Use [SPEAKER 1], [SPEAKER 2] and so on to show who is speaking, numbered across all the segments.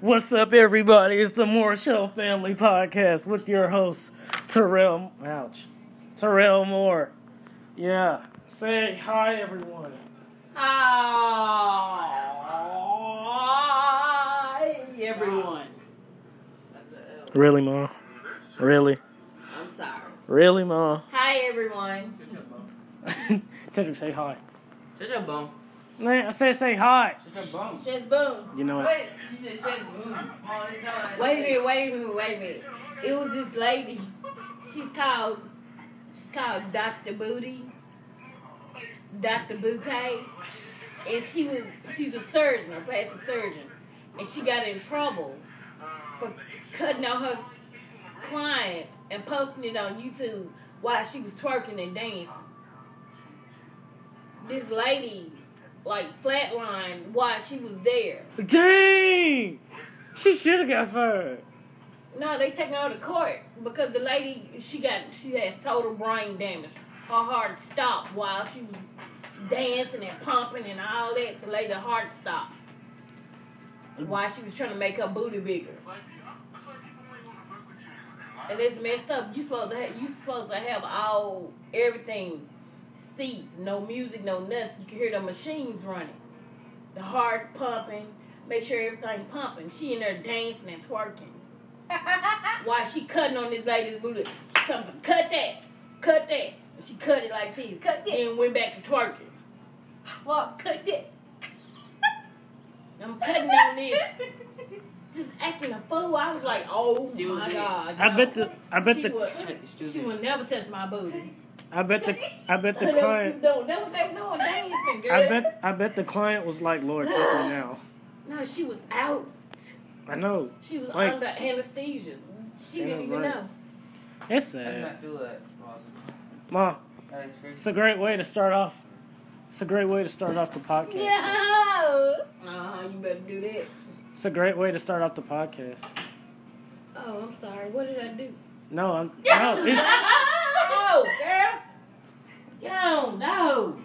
[SPEAKER 1] What's up, everybody? It's the More Show Family Podcast with your host, Terrell. Ouch. Terrell Moore. Yeah. Say hi, everyone.
[SPEAKER 2] Oh. Hi, everyone. That's a L.
[SPEAKER 1] Really, Mom? Really?
[SPEAKER 2] I'm sorry.
[SPEAKER 1] Really, Mom?
[SPEAKER 2] Hi, everyone.
[SPEAKER 1] Cedric, say hi.
[SPEAKER 3] Shut your bum.
[SPEAKER 1] Man, I said say hi.
[SPEAKER 3] Shut your bum.
[SPEAKER 2] Just boom.
[SPEAKER 1] You know what?
[SPEAKER 3] Wait, she said shut your bum. Oh, it's not-
[SPEAKER 2] Wait a minute, wait a minute, wait a minute. It was this lady. She's called, she's called Dr. Booty. Dr. Booty. And she was, she's a surgeon, a plastic surgeon. And she got in trouble for cutting out her client and posting it on YouTube while she was twerking and dancing. This lady, like, flatlined while she was there.
[SPEAKER 1] Dang! She should have got fired.
[SPEAKER 2] No, they taking her to court because the lady she got she has total brain damage. Her heart stopped while she was dancing and pumping and all that. The lady heart stopped while she was trying to make her booty bigger. And it's messed up. You supposed to have, you supposed to have all everything seats, no music, no nothing. You can hear the machines running, the heart pumping. Make sure everything pumping. She in there dancing and twerking. Why she cutting on this lady's booty? She comes and cut that, cut that. And she cut it like this. Cut that. And went back to twerking.
[SPEAKER 4] Well, cooked it.
[SPEAKER 2] I'm cutting on this, just acting a fool. I was like, oh my
[SPEAKER 3] Dude.
[SPEAKER 2] god.
[SPEAKER 1] I bet the I bet
[SPEAKER 2] she
[SPEAKER 1] the
[SPEAKER 2] would,
[SPEAKER 3] Excuse
[SPEAKER 2] she
[SPEAKER 3] me.
[SPEAKER 2] would never touch my booty.
[SPEAKER 1] I bet the I bet the
[SPEAKER 2] That was-
[SPEAKER 1] client
[SPEAKER 2] No, that was they no dancing girl.
[SPEAKER 1] I bet I bet the client was like Lord take me now.
[SPEAKER 2] No, she was out.
[SPEAKER 1] I know.
[SPEAKER 2] She was
[SPEAKER 1] Like-
[SPEAKER 2] under anesthesia. She
[SPEAKER 1] Yeah,
[SPEAKER 2] didn't even
[SPEAKER 1] right.
[SPEAKER 2] know.
[SPEAKER 1] It's
[SPEAKER 3] I did
[SPEAKER 1] sad.
[SPEAKER 3] not feel that. Awesome.
[SPEAKER 1] Mom,
[SPEAKER 3] That is crazy.
[SPEAKER 1] It's a great way to start off. It's a great way to start off the podcast.
[SPEAKER 2] Yeah. Uh huh. You better do that.
[SPEAKER 1] It's a great way to start off the podcast.
[SPEAKER 2] Oh, I'm sorry. What did I do?
[SPEAKER 1] No, I'm no, it's,
[SPEAKER 2] Oh, girl. Yo, no.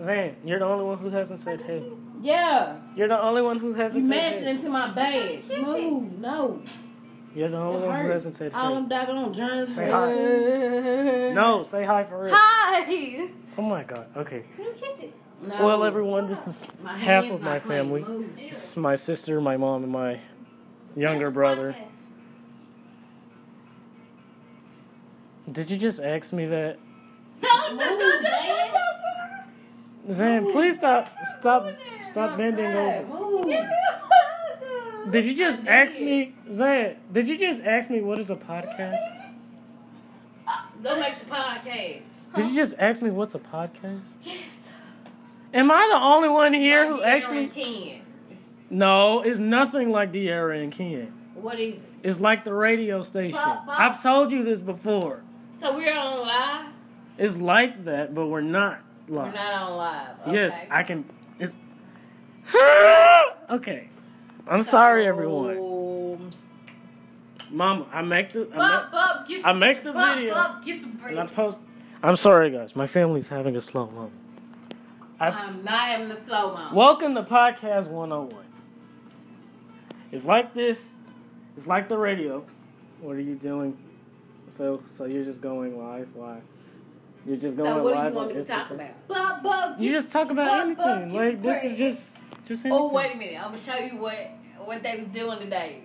[SPEAKER 1] Zan, you're the only one who hasn't said hey.
[SPEAKER 2] Yeah.
[SPEAKER 1] You're the only one who
[SPEAKER 2] You
[SPEAKER 1] hasn't said
[SPEAKER 2] mashed
[SPEAKER 1] hey.
[SPEAKER 2] into my bag.
[SPEAKER 4] Kiss it.
[SPEAKER 2] Move. No.
[SPEAKER 1] You're the only
[SPEAKER 2] It
[SPEAKER 1] one who
[SPEAKER 2] hurt.
[SPEAKER 1] hasn't said
[SPEAKER 2] All
[SPEAKER 1] hey.
[SPEAKER 2] them doggone germs.
[SPEAKER 1] Say hi. No, say hi for real.
[SPEAKER 4] Hi. You
[SPEAKER 1] Oh my god. Okay.
[SPEAKER 4] kiss it.
[SPEAKER 2] No.
[SPEAKER 1] Well, everyone, this is
[SPEAKER 2] My
[SPEAKER 1] half
[SPEAKER 2] hand's
[SPEAKER 1] of
[SPEAKER 2] not
[SPEAKER 1] my
[SPEAKER 2] clean.
[SPEAKER 1] family.
[SPEAKER 2] Move.
[SPEAKER 1] This is my sister, my mom, and my younger brother. Did you just ask me that?
[SPEAKER 4] Don't, don't, don't, don't, don't, don't.
[SPEAKER 1] Zan, please stop stop stop bending
[SPEAKER 2] Hey,
[SPEAKER 1] over.
[SPEAKER 2] move.
[SPEAKER 1] Did you just
[SPEAKER 2] did.
[SPEAKER 1] ask me, Zan? Did you just ask me what is a podcast?
[SPEAKER 2] Uh, Go make the podcast.
[SPEAKER 1] Did you just ask me what's a podcast?
[SPEAKER 4] Yes.
[SPEAKER 1] Am I the only one here who
[SPEAKER 2] Deanna
[SPEAKER 1] actually?
[SPEAKER 2] Ken.
[SPEAKER 1] No, it's nothing like De'Ara and Ken.
[SPEAKER 2] What is it?
[SPEAKER 1] It's like the radio station.
[SPEAKER 4] But- but-
[SPEAKER 1] I've told you this before.
[SPEAKER 2] So we're on live?
[SPEAKER 1] It's like that, but we're not
[SPEAKER 2] We're
[SPEAKER 1] live.
[SPEAKER 2] not on live. Okay.
[SPEAKER 1] Yes, I can. It's okay. I'm sorry, everyone.
[SPEAKER 3] Um,
[SPEAKER 1] Mama, I make the. I
[SPEAKER 4] Bub, bub, get
[SPEAKER 1] I
[SPEAKER 4] some
[SPEAKER 1] make
[SPEAKER 4] shit.
[SPEAKER 1] the
[SPEAKER 4] bub,
[SPEAKER 1] video.
[SPEAKER 4] Bub, get some
[SPEAKER 1] make, and I
[SPEAKER 4] bread.
[SPEAKER 1] post. I'm sorry, guys. My family's having a slow moment.
[SPEAKER 2] Um, I'm not having the slow mo.
[SPEAKER 1] Welcome to Podcast 101. It's like this, it's like the radio. What are you doing? So, so you're just going live? Why? You're just going
[SPEAKER 2] So what do
[SPEAKER 1] live
[SPEAKER 2] you want
[SPEAKER 1] on
[SPEAKER 2] me to talk
[SPEAKER 1] Instagram.
[SPEAKER 2] about?
[SPEAKER 4] Bub, bub,
[SPEAKER 1] You
[SPEAKER 4] get
[SPEAKER 1] just talk about
[SPEAKER 4] What fuck
[SPEAKER 1] anything.
[SPEAKER 4] is
[SPEAKER 1] Like this
[SPEAKER 4] bread?
[SPEAKER 1] is just, just anything.
[SPEAKER 2] Oh wait a minute! I'm gonna show you what what they was doing today.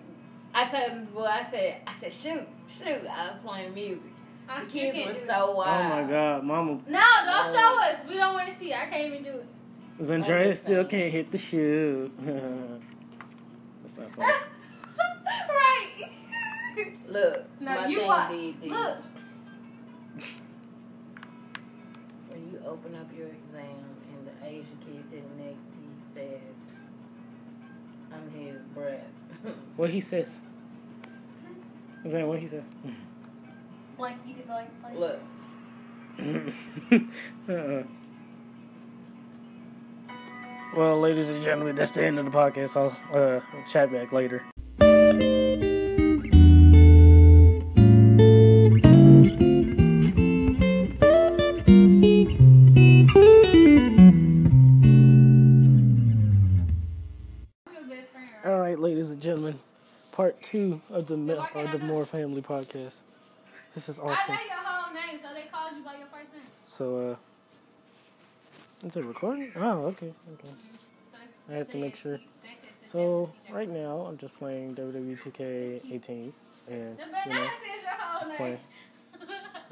[SPEAKER 2] I told this boy, I said, I said, shoot, shoot! I was playing music.
[SPEAKER 4] I
[SPEAKER 2] The
[SPEAKER 4] still
[SPEAKER 2] kids
[SPEAKER 4] can't
[SPEAKER 2] were
[SPEAKER 4] do it.
[SPEAKER 2] so
[SPEAKER 1] Oh
[SPEAKER 2] wild.
[SPEAKER 1] my God, Mama
[SPEAKER 4] No, don't show us. We don't want to see. it. I can't even do it.
[SPEAKER 1] Zandrea
[SPEAKER 2] this
[SPEAKER 1] still
[SPEAKER 2] thing.
[SPEAKER 1] can't hit the shoe. That's not funny.
[SPEAKER 4] right.
[SPEAKER 2] Look,
[SPEAKER 4] No,
[SPEAKER 2] my
[SPEAKER 4] you
[SPEAKER 2] thing
[SPEAKER 4] watch.
[SPEAKER 2] did this.
[SPEAKER 4] Look.
[SPEAKER 2] When you open up your exam and the Asian kid sitting next to you says, "I'm his breath."
[SPEAKER 1] What he says? Zan, what he said?
[SPEAKER 4] Blank, you did blank, blank.
[SPEAKER 2] Look,
[SPEAKER 1] uh-uh. Well, ladies and gentlemen, that's the end of the podcast. I'll uh, chat back later.
[SPEAKER 4] I'm your best friend, right?
[SPEAKER 1] All right, ladies and gentlemen, part two of the Me- or the More Family podcast. This is
[SPEAKER 4] I
[SPEAKER 1] awesome.
[SPEAKER 4] know your whole name, so they called you by your first name.
[SPEAKER 1] So, uh, is it recording? Oh, okay, okay.
[SPEAKER 4] So
[SPEAKER 1] I have to make sure.
[SPEAKER 4] they said to
[SPEAKER 1] So
[SPEAKER 4] them,
[SPEAKER 1] right now, I'm just playing E WWE 2K18, and
[SPEAKER 4] The
[SPEAKER 1] you know,
[SPEAKER 4] banana says your whole
[SPEAKER 1] just
[SPEAKER 4] name.
[SPEAKER 1] playing.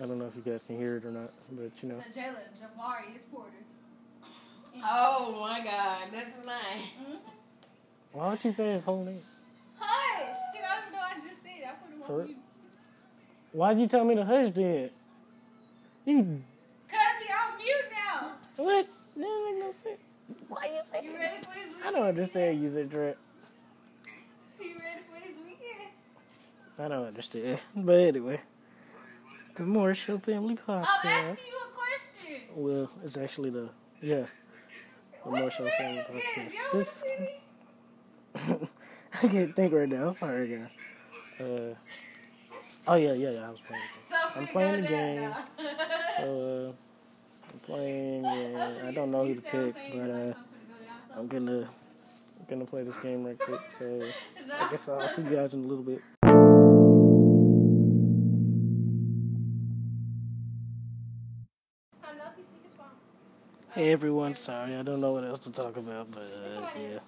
[SPEAKER 1] I don't know if you guys can hear it or not, but you know,
[SPEAKER 4] So Jalen, Javari is Porter.
[SPEAKER 2] Oh my God, this is mine.
[SPEAKER 1] Mm-hmm. why would you say his whole name?
[SPEAKER 4] Hush! You don't even know I just said it. I put him
[SPEAKER 1] Her-
[SPEAKER 4] on mute.
[SPEAKER 1] Why'd you tell me to hush then? You
[SPEAKER 4] Cause he on mute now.
[SPEAKER 1] what? That don't make no sense. Why you say?
[SPEAKER 4] You ready for his weekend?
[SPEAKER 1] I don't understand user drip.
[SPEAKER 4] You ready for his weekend?
[SPEAKER 1] I don't understand. But anyway, the Morris Show Family
[SPEAKER 4] I'm
[SPEAKER 1] Podcast.
[SPEAKER 4] asking you a question.
[SPEAKER 1] Well, it's actually the yeah, the Morris
[SPEAKER 4] What you
[SPEAKER 1] Show
[SPEAKER 4] mean
[SPEAKER 1] Family
[SPEAKER 4] again?
[SPEAKER 1] Podcast.
[SPEAKER 4] You don't
[SPEAKER 1] This
[SPEAKER 4] see me?
[SPEAKER 1] I can't think right now. Sorry, guys. Uh, oh yeah, yeah, yeah. I was playing.
[SPEAKER 4] So
[SPEAKER 1] I'm
[SPEAKER 4] we
[SPEAKER 1] playing the
[SPEAKER 4] go down now.
[SPEAKER 1] So uh, I'm playing. Uh, I don't know who to pick, but uh, I'm gonna I'm gonna play this game right quick. So I guess I'll see you guys in a little bit.
[SPEAKER 4] I know he's sick as fuck.
[SPEAKER 1] Hey everyone, sorry I don't know what else to talk about, but uh, yeah,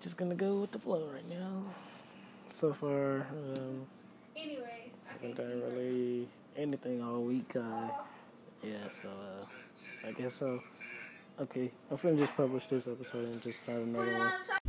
[SPEAKER 1] just gonna go with the flow right now. So far, um,
[SPEAKER 4] Anyways, I
[SPEAKER 1] I
[SPEAKER 4] can't
[SPEAKER 1] done
[SPEAKER 4] see her.
[SPEAKER 1] really anything all week. Uh, yeah, so uh, I guess so. Okay, I'm finna just publish this episode and just start
[SPEAKER 4] Put
[SPEAKER 1] another
[SPEAKER 4] it
[SPEAKER 1] one.
[SPEAKER 4] on top.